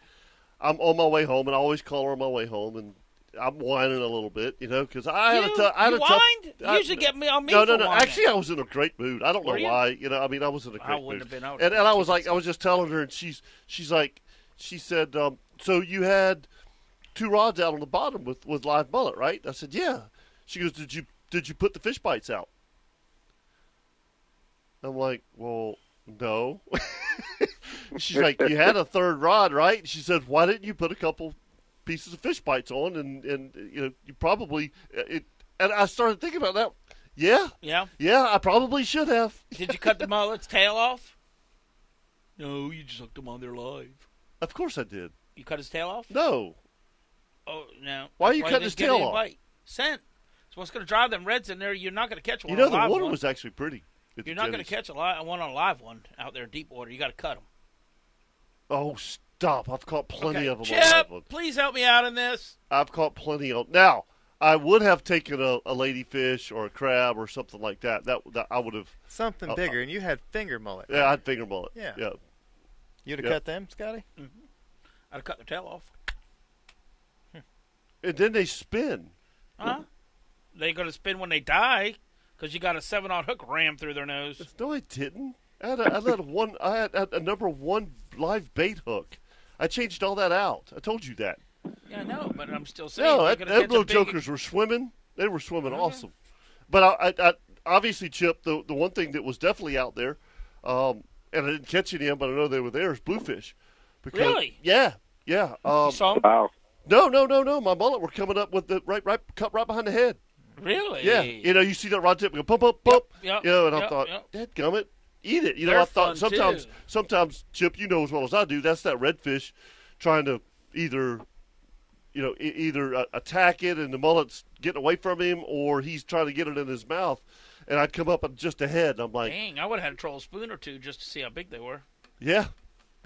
I'm on my way home, and I always call her on my way home, and. I'm whining a little bit, you know, because I had
You-
a tough. I had
you
a tough.
whined? You
I-
usually get me- on me
No, no,
for
no.
whining.
Actually, I was in a great mood. I don't know
Were you?
why. You know, I mean, I was in a great
I wouldn't
mood.
have been. I would-
and, and I was like, I was just telling her, and she's she's like, she said, um, so you had two rods out on the bottom with, with live mullet, right? I said, yeah. She goes, did you did you put the fish bites out? I'm like, well, no. *laughs* She's like, you had a third rod, right? She said, why didn't you put a couple pieces of fish bites on? And and you know, you probably uh, it. And I started thinking about that. Yeah,
Yeah.
yeah, I probably should have.
Did you cut the mullet's
*laughs*
tail off? No, you just hooked him on there live.
Of course I did.
You cut his tail off?
No,
Oh no.
Why
That's
you
he
cutting
didn't
his
get
tail
any
off?
Bite. Scent. It's what's going to drive them reds in there. You're not going to catch one.
you
on
know
a
the
live
water
one.
was actually pretty. at the
You're not going to
jetties.
catch a li- one on a live one out there in deep water. You got to cut them.
Oh, stop! I've caught plenty of them. on
Chip,
that one.
please help me out in this.
I've caught plenty on. Now, I would have taken a, a ladyfish or a crab or something like that. That, that I would have.
Something
Uh,
bigger, and you had finger mullet.
Yeah, I'd finger mullet.
Yeah.
yeah.
You'd have
yeah.
cut them, Scotty.
I'd have cut their tail off.
And then they spin.
Huh? They're going to spin when they die because you got a seven odd hook rammed through their nose.
No, I didn't. I had a, I had a one. I had a, a number one live bait hook. I changed all that out. I told you that.
Yeah, I know, but I'm still saying.
No,
you're
that,
gonna
that
catch a
little
big-
jokers were swimming. They were swimming awesome. But I, I, I obviously Chip, the the one thing that was definitely out there, um, and I didn't catch any of them, but I know they were there is bluefish. Because,
Really?
Yeah, yeah. Um,
You saw 'em?
Wow.
No, no, no, no. My mullet were coming up with the right, right, cut right behind the head.
Really?
Yeah, you know, you see that rod tip go pump, pump, pump.
yep,
you know, and I
yep,
thought,
yep.
that gummit, eat it. You know,
They're
I thought
fun,
sometimes,
too.
sometimes Chip, you know as well as I do, that's that redfish trying to either, you know, e- either uh, attack it and the mullet's getting away from him, or he's trying to get it in his mouth. And I'd come up just ahead, and I'm like,
Dang, I would have had a troll spoon or two just to see how big they were.
yeah,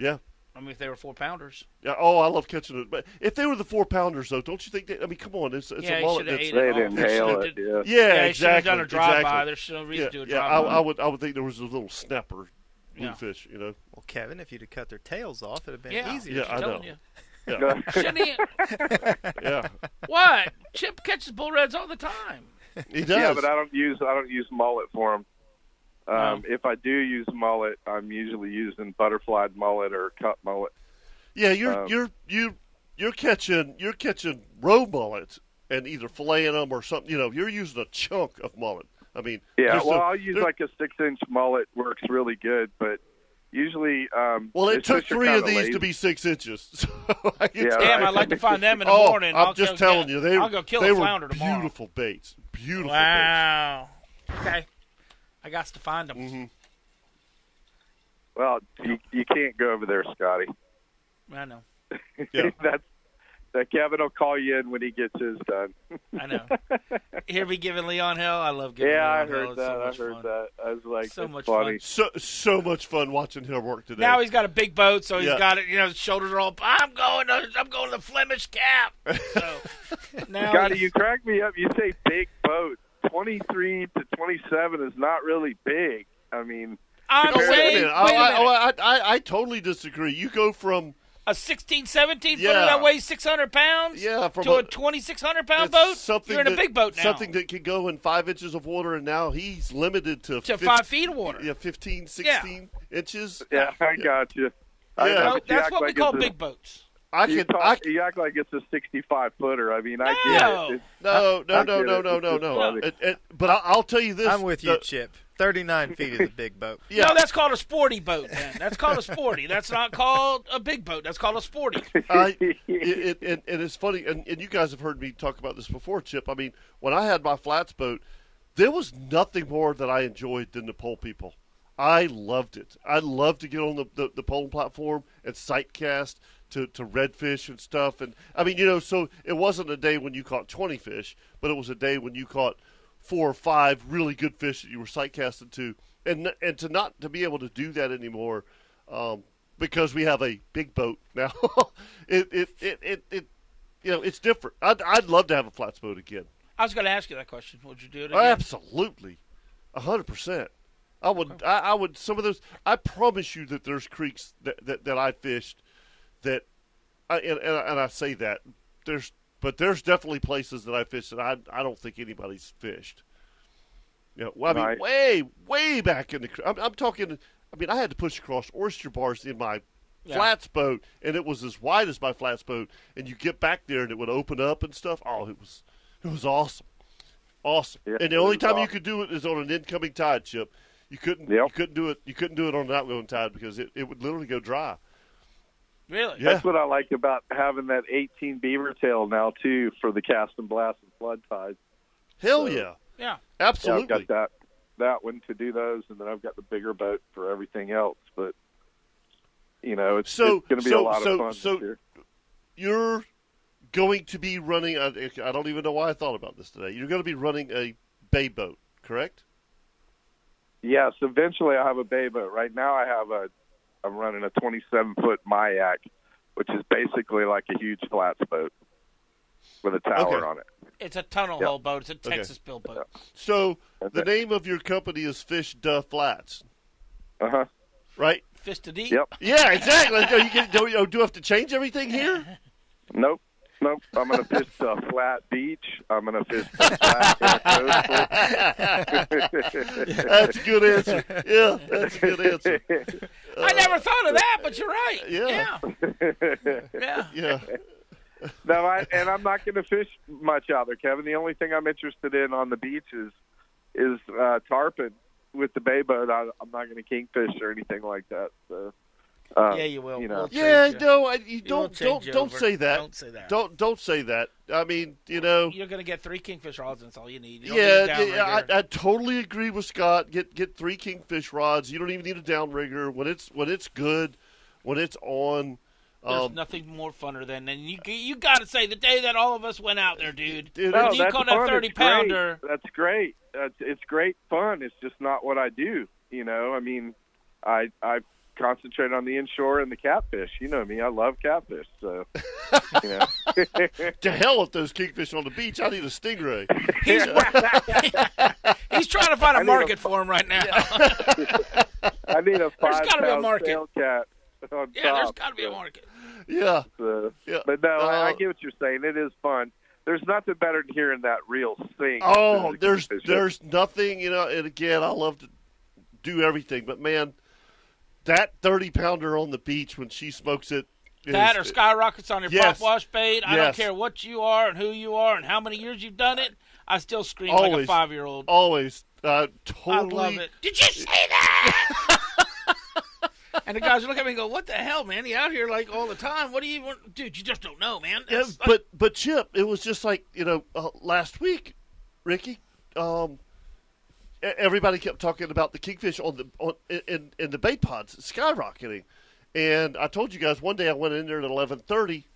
yeah.
I mean, if they were four pounders.
Yeah, oh, I love catching it. But if they were the four pounders, though, don't you think? They, I mean, come on, it's, it's
yeah,
a
you
mullet.
should
that's-
have ate it.
They
all.
didn't
You should've
hail it,
did-
yeah.
Yeah,
Yeah, you should have
exactly.
done a drive-by.
exactly.
There's no reason
Yeah,
to do a
yeah,
drive-by.
I, I would, I would think there was a little snapper
Yeah.
bluefish, you
*laughs*
know.
Well, Kevin, if you'd have cut their tails off, it'd have been
Yeah.
easier.
Yeah, I
telling
know.
you.
Yeah,
Shouldn't he?
yeah,
What? Chip catches bull reds all the time.
he does.
Yeah, but I don't use I don't use mullet for them. Um,
Oh.
If I do use mullet, I'm usually using butterflied mullet or cut mullet.
yeah, you're,
um,
you're, you, you're catching, you're catching roe mullets and either filleting them or something. You know, you're using a chunk of mullet. I mean,
Yeah,
there's
well,
a-
I'll use
there-
like a six inch mullet. Works really good, but usually. Um,
Well, it
it's
took
just you're
three of
kinda
these
lazy.
to be six inches. *laughs* So I can
Yeah,
tell-
Damn,
right.
I'd like to find them in
*laughs*
the
oh,
morning.
I'm
I'll
just
go
telling
get-
you, they,
I'll go kill
they
a
were
flounder tomorrow.
beautiful baits. Beautiful baits.
Wow. Okay. I got to find them.
Mm-hmm.
Well, you, you can't go over there, Scotty.
I know.
Yeah.
*laughs* That's that Kevin will call you in when he gets his done.
I know. *laughs* Here we giving Leon hell. I love giving
Yeah, I
Leon hell.
heard
It's so
that. I
much
heard
fun.
that. I was like,
So
that's
much
funny.
So so much fun watching him work today.
Now he's got a big boat, so he's
Yeah.
got it. You know, his shoulders are all. up. I'm going. To, I'm going to Flemish Cap.
*laughs*
So now
Scotty,
he's-
you crack me up. You say big boat. 23 to 27 is not really big. I mean,
I'm
Oh,
Wait a
saying,
minute.
I,
wait a
I,
minute.
oh, I, I, I totally disagree. You go from
a 16, 17
Yeah.
footer that weighs 600 pounds
yeah from
to a 2,600 pound
it's
boat.
something
You're in a
that-
big boat now.
something that could go in five inches of water, and now he's limited to,
to
fif-
five feet of water.
yeah, 15, 16 inches.
yeah, I got you. I
Yeah.
know,
No,
but you
that's
act
what we
like
call
it's a-
big boats.
I
You,
could,
talk-
I, c-
you act like it's a 65 footer. I mean,
No.
I get it. It's-
no, no,
I
no,
get
no,
it.
no,
It's
no,
just
no.
funny.
It- it- But I, I'll tell you this.
I'm with you,
the-
Chip. 39 feet is a big
*laughs*
boat.
Yeah,
No, that's called a sporty boat. Then that's called a sporty. That's not called a big boat. That's called a sporty.
I, it, it, and, and it's funny, and, and you guys have heard me talk about this before, Chip. I mean, when I had my flats boat, there was nothing more that I enjoyed than the pole people. I loved it. I loved to get on the, the, the polling platform and sightcast to, to redfish and stuff. And I mean, you know, so it wasn't a day when you caught 20 fish, but it was a day when you caught four or five really good fish that you were sightcasting to. And, and to not to be able to do that anymore, um, because we have a big boat *laughs* now. it, it, it, it, it, you know, it's different. I'd, I'd love to have a flats boat again.
I was going to ask you that question. Would you do
Oh,
it? Again?
Absolutely, a hundred percent. I would. I, I would. Some of those. I promise you that there's creeks that that, that I fished that, I, and, and I- and I say that there's, but there's definitely places that I fished that I I don't think anybody's fished. Yeah, well, I mean,
Right.
way way back in the. cr- I'm, I'm talking. I mean, I had to push across oyster bars in my
Yeah.
flats boat, and it was as wide as my flats boat. And you get back there, and it would open up and stuff. Oh, it was it was awesome. Awesome.
Yeah,
and the
it
only
was
time you
awesome.
could do it is on an incoming tide, Chip. You couldn't
Yep.
you couldn't do it you couldn't do it on an outgoing tide because it, it would literally go dry.
Really?
Yeah.
That's what I like about having that 18 beaver tail now too for the cast and blast and flood tides.
Hell yeah.
Yeah.
Yeah, I've
Absolutely.
got that that one to do those, and then I've got the bigger boat for everything else. But you know, it's,
So-
it's going to be
so-
a lot
so-
of fun
so-
this year.
You're going to be running I, I don't even know why I thought about this today. You're going to be running a bay boat, correct?
Yes, eventually I have a bay boat. Right now I have a I'm running a 27 foot Mayak, which is basically like a huge flats boat with a tower
Okay.
on it.
It's a tunnel
Yeah.
hole boat. It's a Texas built boat.
So
That's
the
it.
name of your company is Fish Duh Flats,
Uh huh.
right?
Fist to D.
Yep.
Yeah, exactly. So you can, do, you do I have to change everything here? *laughs*
Nope. Nope. I'm gonna fish the flat beach. I'm gonna fish the flat coastal.
That's a good answer. Yeah, that's a good answer.
I never thought of that, but you're right.
yeah.
Yeah. yeah.
Yeah.
*laughs* no, I, and I'm not gonna fish much out there, Kevin. The only thing I'm interested in on the beach is is uh, tarpon with the bay boat. I, I'm not gonna kingfish or anything like that. So. Um,
Yeah, you will.
You know,
We'll
Yeah,
change you.
no, I, you
It will
don't
change
don't
you
don't
over.
say that.
Don't say that.
Don't don't say that. I mean, you know,
You're gonna get three kingfish rods. and That's all you need. You don't need
yeah,
a
yeah,
downrigger.
I, I totally agree with Scott. Get get three kingfish rods. You don't even need a downrigger when it's when it's good, when it's on.
There's
Um,
nothing more funner than and you. You got to say the day that all of us went out
*laughs*
there, dude.
Dude,
when
No,
you
Oh, that's
caught
fun.
that
It's
thirty
great.
pounder,
That's great. That's, it's great fun. It's just not what I do. You know, I mean, I I concentrate on the inshore and the catfish. You know me. I love catfish. So, you know,
to hell with those kingfish on the beach. I need a stingray.
he's he's trying to find a
need a
market for him right now.
I need
*laughs*
a
There's
five
gotta be a
pound
market.
tail cat. On
*laughs* yeah, there's
top,
got to be a market.
yeah,
so-
yeah.
But no, I, I
Uh,
get what you're saying. It is fun. There's nothing better than hearing that real sing.
Oh,
than the
there's
kingfisher.
there's nothing, you know. And again, I love to do everything, but man, that thirty pounder on the beach when she smokes it, is-
That or skyrockets on your
Yes.
prop wash bait. I don't
Yes.
care what you are and who you are and how many years you've done it. I still scream like a
Always. Oh,
five year old.
always. I
I
totally
love it. Did you say that?
*laughs*
and the guys would look at me and go, "What the hell, man? You out here like all the time? What do you want, dude? You just don't know, man."
Yeah,
That's-
but but Chip, it was just like you know uh, last week, Ricky. Um, e- everybody kept talking about the kingfish on the on in in the bait pods skyrocketing, and I told you guys one day I went in there at eleven thirty,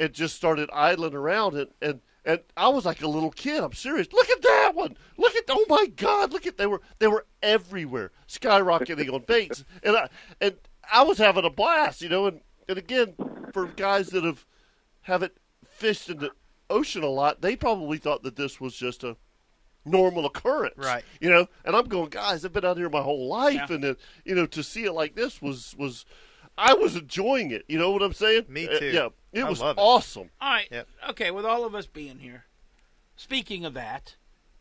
and just started idling around and and. And I was like a little kid. I'm serious. Look at that one. Look at oh my god. Look at they were they were everywhere, skyrocketing on
*laughs*
baits. And I and I was having a blast, you know. And and again, for guys that have haven't fished in the ocean a lot, they probably thought that this was just a normal occurrence,
Right.
You know, and I'm going, guys, I've been out here my whole life,
Yeah.
and then you know, to see it like this was was, I was enjoying it. You know what I'm saying?
Me
Uh,
too.
yeah, it
I
was
love it.
awesome.
All right.
Yep.
Okay, with all of us being here, speaking of that,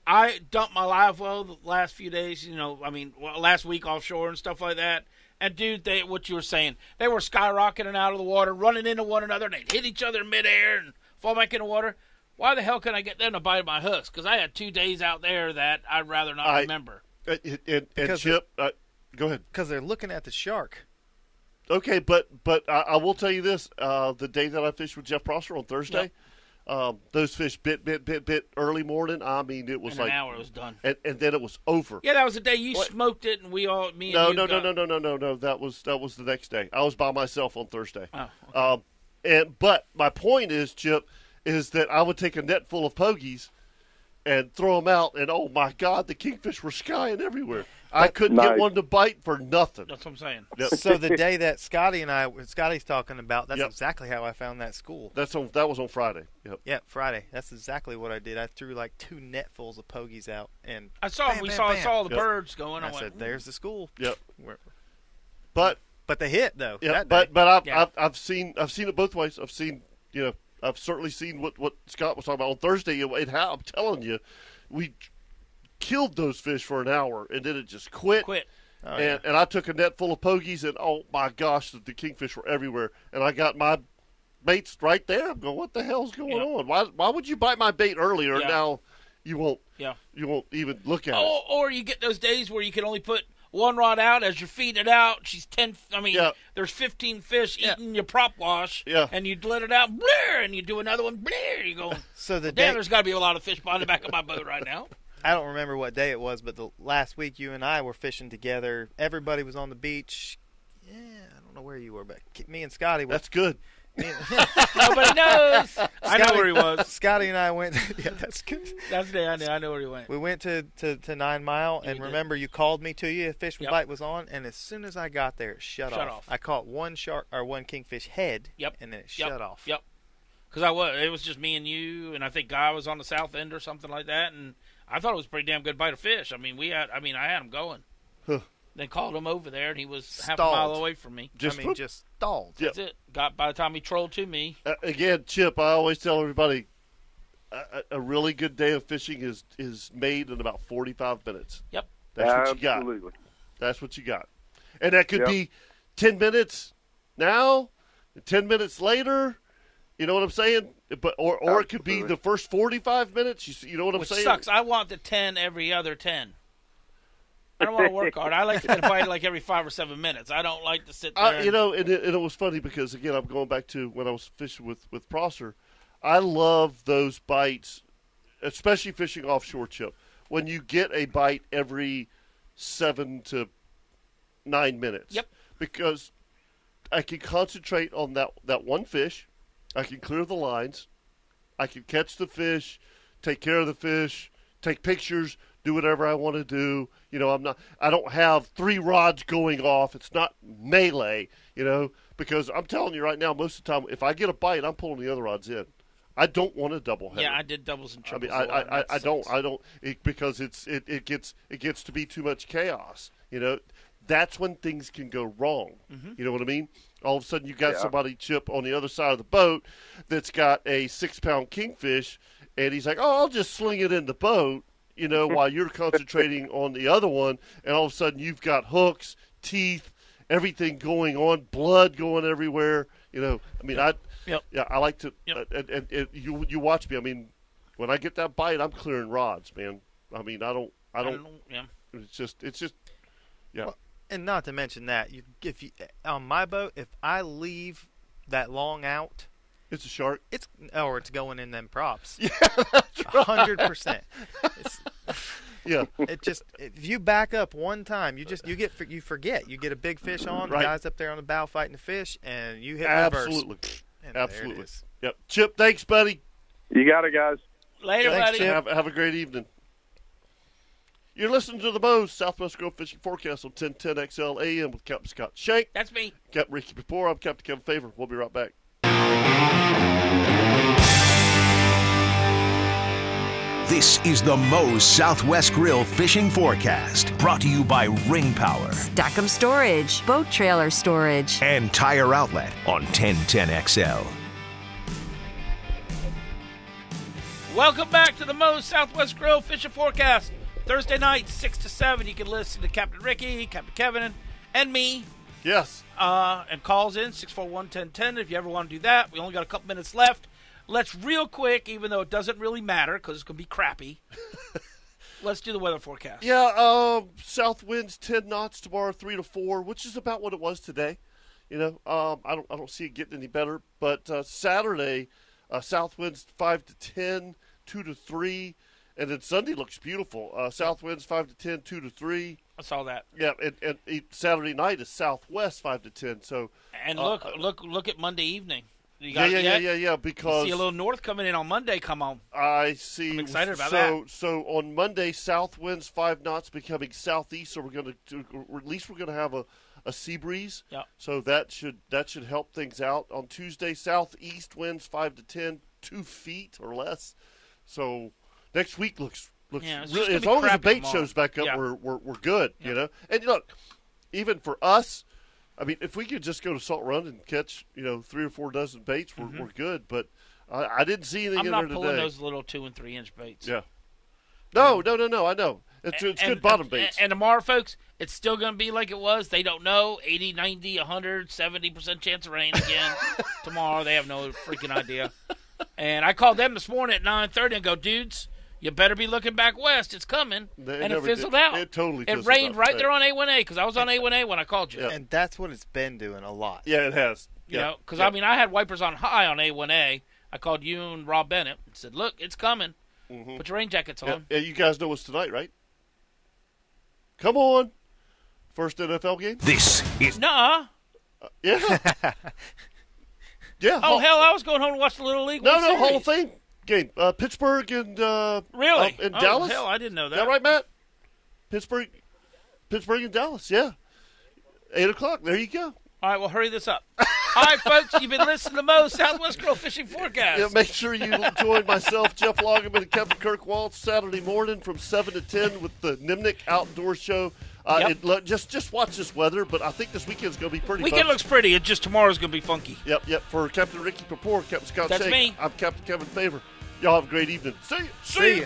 I dumped my live well the last few days, you know, I mean, well, last week offshore and stuff like that. And, dude, they, what you were saying, they were skyrocketing out of the water, running into one another, and they'd hit each other in midair and fall back in the water. Why the hell can I get them to bite my hooks? Because I had two days out there that I'd rather not
I-
remember.
And, and- and
Because-
Chip, uh, go ahead.
because they're looking at the shark.
Okay, but but I, I will tell you this: uh, the day that I fished with Jeff Prosser on Thursday, um, those fish bit bit bit bit early morning. I mean, it was
In
like,
an hour, it was done.
and and then it was over.
Yeah, that was the day you smoked it, and we all, me and
No,
you
no, no,
got-
no, no, no, no, no. That was that was the next day. I was by myself on Thursday.
Oh,
Um, and but my point is, Chip, is that I would take a net full of pogies and throw them out, and oh my God, the kingfish were skying everywhere. I couldn't get
Nice.
one to bite for nothing.
That's what I'm saying.
Yep.
So the day that Scotty and I, Scotty's talking about, that's
Yep.
exactly how I found that school.
That's on. That was on Friday. Yep.
Yeah, Friday. That's exactly what I did. I threw like two netfuls of pogies out, and
I saw,
bam,
we
bam,
saw,
bam.
I saw the
Yep.
birds going.
I
went,
said,
"Ooh."
"There's the school."
Yep.
Where-
But
But they hit though.
yeah,
that
but
day.
but I've,
Yeah.
I've I've seen I've seen it both ways. I've seen you know I've certainly seen what what Scott was talking about on Thursday. It, it, I'm telling you, we killed those fish for an hour, and then it just quit.
quit.
Oh, yeah.
and, and I took a net full of pogies, and oh my gosh, the, the kingfish were everywhere. And I got my baits right there. I'm going, what the hell's going
Yeah.
on? Why, why would you bite my bait earlier?
Yeah.
Now you won't
Yeah. Oh,
you won't even look at
Or, or you get those days where you can only put one rod out as you're feeding it out. She's ten. I mean,
Yeah.
there's fifteen fish eating your prop wash.
Yeah.
And you let it out, blur, and you do another one, blur. You go,
So the
damn.
day
There's got to be a lot of fish behind the back of my boat right now.
I don't remember what day it was, but the last week you and I were fishing together. Everybody was on the beach. Yeah, I don't know where you were, but me and Scotty
it.
were.
That's good.
*laughs*
*laughs*
me and-
Nobody knows. I know where he was.
*laughs* Scotty and I went. yeah, that's good.
That's the day I knew. I know where he went.
We went to, to, to Nine Mile, and
you did.
remember you called me to you. A fish
Yep.
bite was on, and as soon as I got there, it shut,
Shut
off.
off.
I caught one shark or one kingfish head.
Yep.
And then it
Yep.
shut off.
Yep. Because I was, it was just me and you, and I think Guy was on the south end or something like that, and I thought it was a pretty damn good bite of fish. I mean, we had, I mean, I had him going.
Huh.
Then called him over there, and he was half a
Stalled.
mile away from me.
I
Just
mean, just stalled.
Yeah.
That's it. Got by the time he trolled to me,
uh, again, Chip, I always tell everybody a, a- a really good day of fishing is is made in about 45 minutes.
Yep.
That's what you got.
Absolutely.
That's what you got. And that could
Yep.
be 10 minutes now, 10 minutes later. You know what I'm saying? But or, or it could be
Absolutely.
the first 45 minutes. You, s- you know what I'm
which
saying?
sucks. I want the ten every other ten. I don't want to work hard. I like to get a bite like every five or seven minutes. I don't like to sit there.
I, Uh, you
and-
know, and it, and it was funny because again, I'm going back to when I was fishing with with Prosser. I love those bites, especially fishing offshore chip. When you get a bite every seven to nine minutes,
Yep.
because I can concentrate on that that one fish. I can clear the lines. I can catch the fish, take care of the fish, take pictures, do whatever I want to do. You know, I'm not I don't have three rods going off. It's not melee, you know, because I'm telling you right now, most of the time if I get a bite, I'm pulling the other rods in. I don't want a double header.
yeah, I did doubles and
I mean,
triples.
I,
a lot, and
I, I,
that
I don't,
sucks.
I don't, it, because it's it, it gets it gets to be too much chaos. You know, that's when things can go wrong. You know what I mean? All of a sudden, you got
Yeah.
somebody chip on the other side of the boat that's got a six pound kingfish, and he's like, "Oh, I'll just sling it in the boat," you know, while you're concentrating on the other one, and all of a sudden you've got hooks, teeth, everything going on, blood going everywhere. You know, I mean, I,
Yep.
yeah, I like to,
Yep.
uh, and, and, and you you watch me. I mean, when I get that bite, I'm clearing rods, man. I mean, I don't, I
I
don't.
don't- yeah.
It's just, it's just, yeah,
And not to mention that you, if you on my boat, if I leave that long out,
it's a shark.
it's or it's going in them
*laughs*
props. Yeah, hundred percent. It's-
Yeah,
It just if you back up one time, you just you get you forget. You get a big fish on,
Right.
the guys up there on the bow fighting the fish, and you hit reverse.
absolutely,
And there it
absolutely.
is.
Yep. Chip, thanks, buddy.
You got it, guys.
Later,
Thanks,
buddy.
Chip.
Have, have a great evening. You're listening to the Bose Southwest Grove Fishing Forecast on 1010 XL AM with Captain Scott Shank,
That's me.
Captain Ricky Before. I'm Captain Kevin Favor. We'll be right back.
This is the Moe's Southwest Grill Fishing Forecast, brought to you by Ring Power
Stackham Storage, boat trailer storage.
and Tire Outlet on 1010XL.
Welcome back to the Moe's Southwest Grill Fishing Forecast. Thursday night, 6 to 7. You can listen to Captain Ricky, Captain Kevin, and me.
Yes.
Uh, and calls in 641 1010 if you ever want to do that. We only got a couple minutes left. Let's, real quick, even though it doesn't really matter because it's going to be *laughs* crappy, let's do the weather forecast.
Yeah, um, south winds ten knots tomorrow, three to four, which is about what it was today. You know, um, I don't, I don't see it getting any better. But uh, Saturday, uh, south winds five to 10, 2 to three, and then Sunday looks beautiful. Uh, south winds five to 10, 2 to three.
I saw that.
Yeah, and, and it- Saturday night is southwest five to ten. So
And
uh,
look,
uh,
look, look at Monday evening. You
yeah,
got
yeah,
it
yeah,
yet?
yeah, yeah. Because
See a little north coming in on Monday. Come on.
I see.
I'm excited about
so, So on Monday, south winds five knots becoming southeast. So we're going to, or at least we're going to have a, a sea breeze.
Yeah.
So that should that should help things out. On Tuesday, southeast winds five to ten, two feet or less. So next week looks looks
Yeah, it's
really
just gonna
as
be
long as the
crappy
bait
tomorrow.
shows back up,
Yeah.
we're, we're we're good. You know. And look, even for us, I mean, if we could just go to Salt Run and catch you know three or four dozen baits, we're, we're good. But I, I didn't see anything
Mm-hmm. I'm
in
not
there
pulling
today.
those little two and three inch baits.
Yeah. No, no, no, no. I know. It's, it's good bottom baits.
And, tomorrow, folks, it's still going to be like it was. They don't know. 80, 90, 100, 70% chance of rain
*laughs*
again tomorrow. They have no freaking idea. And I called them this morning at 9.30 and go, dudes, You better be looking back west. It's coming.
They
and it
never
fizzled
did.
out.
It totally
It
fizzled
rained
out,
right,
right.
there on A1A because I
*laughs*
was on A1A when I called you.
And that's what it's been doing a lot.
Yeah, it has.
You
yeah.
know, because
Yeah.
I mean, I had wipers on high on A1A. I called you and Rob Bennett and said, "Look, it's coming. Put your rain jackets on."
Mm-hmm. Yeah, yeah, you guys know what's tonight, right? Come on, first NFL game.
This is
Nah. *laughs*
Yeah, yeah.
Oh
Hall-
hell, I was going home to watch the Little League.
no,
World
no, Hall of
Series.
Fame game. Uh, Pittsburgh and uh,
Really?
uh, and
oh,
Dallas.
Hell, I didn't know
Is
that.
that right, Matt? Pittsburgh, Pittsburgh and Dallas. Yeah, eight o'clock. There you go.
All right, well, hurry this up. *laughs* All right, folks, you've been listening to Mo's Southwest Grill Fishing Forecast.
Yeah, make sure you join myself, Jeff Loggeman, and Captain Kirk Waltz Saturday morning from seven to ten with the Nimnik Outdoor Show. Uh,
Yep.
it, look, just just watch this weather, but I think this weekend's going to be pretty.
Weekend
bumpy.
looks pretty. It just tomorrow's gonna be funky.
Yep, yep. For Captain Ricky Papore, Captain Scott
That's
Shake,
me.
I'm Captain Kevin Favor. Y'all have a great evening. See ya.
See ya.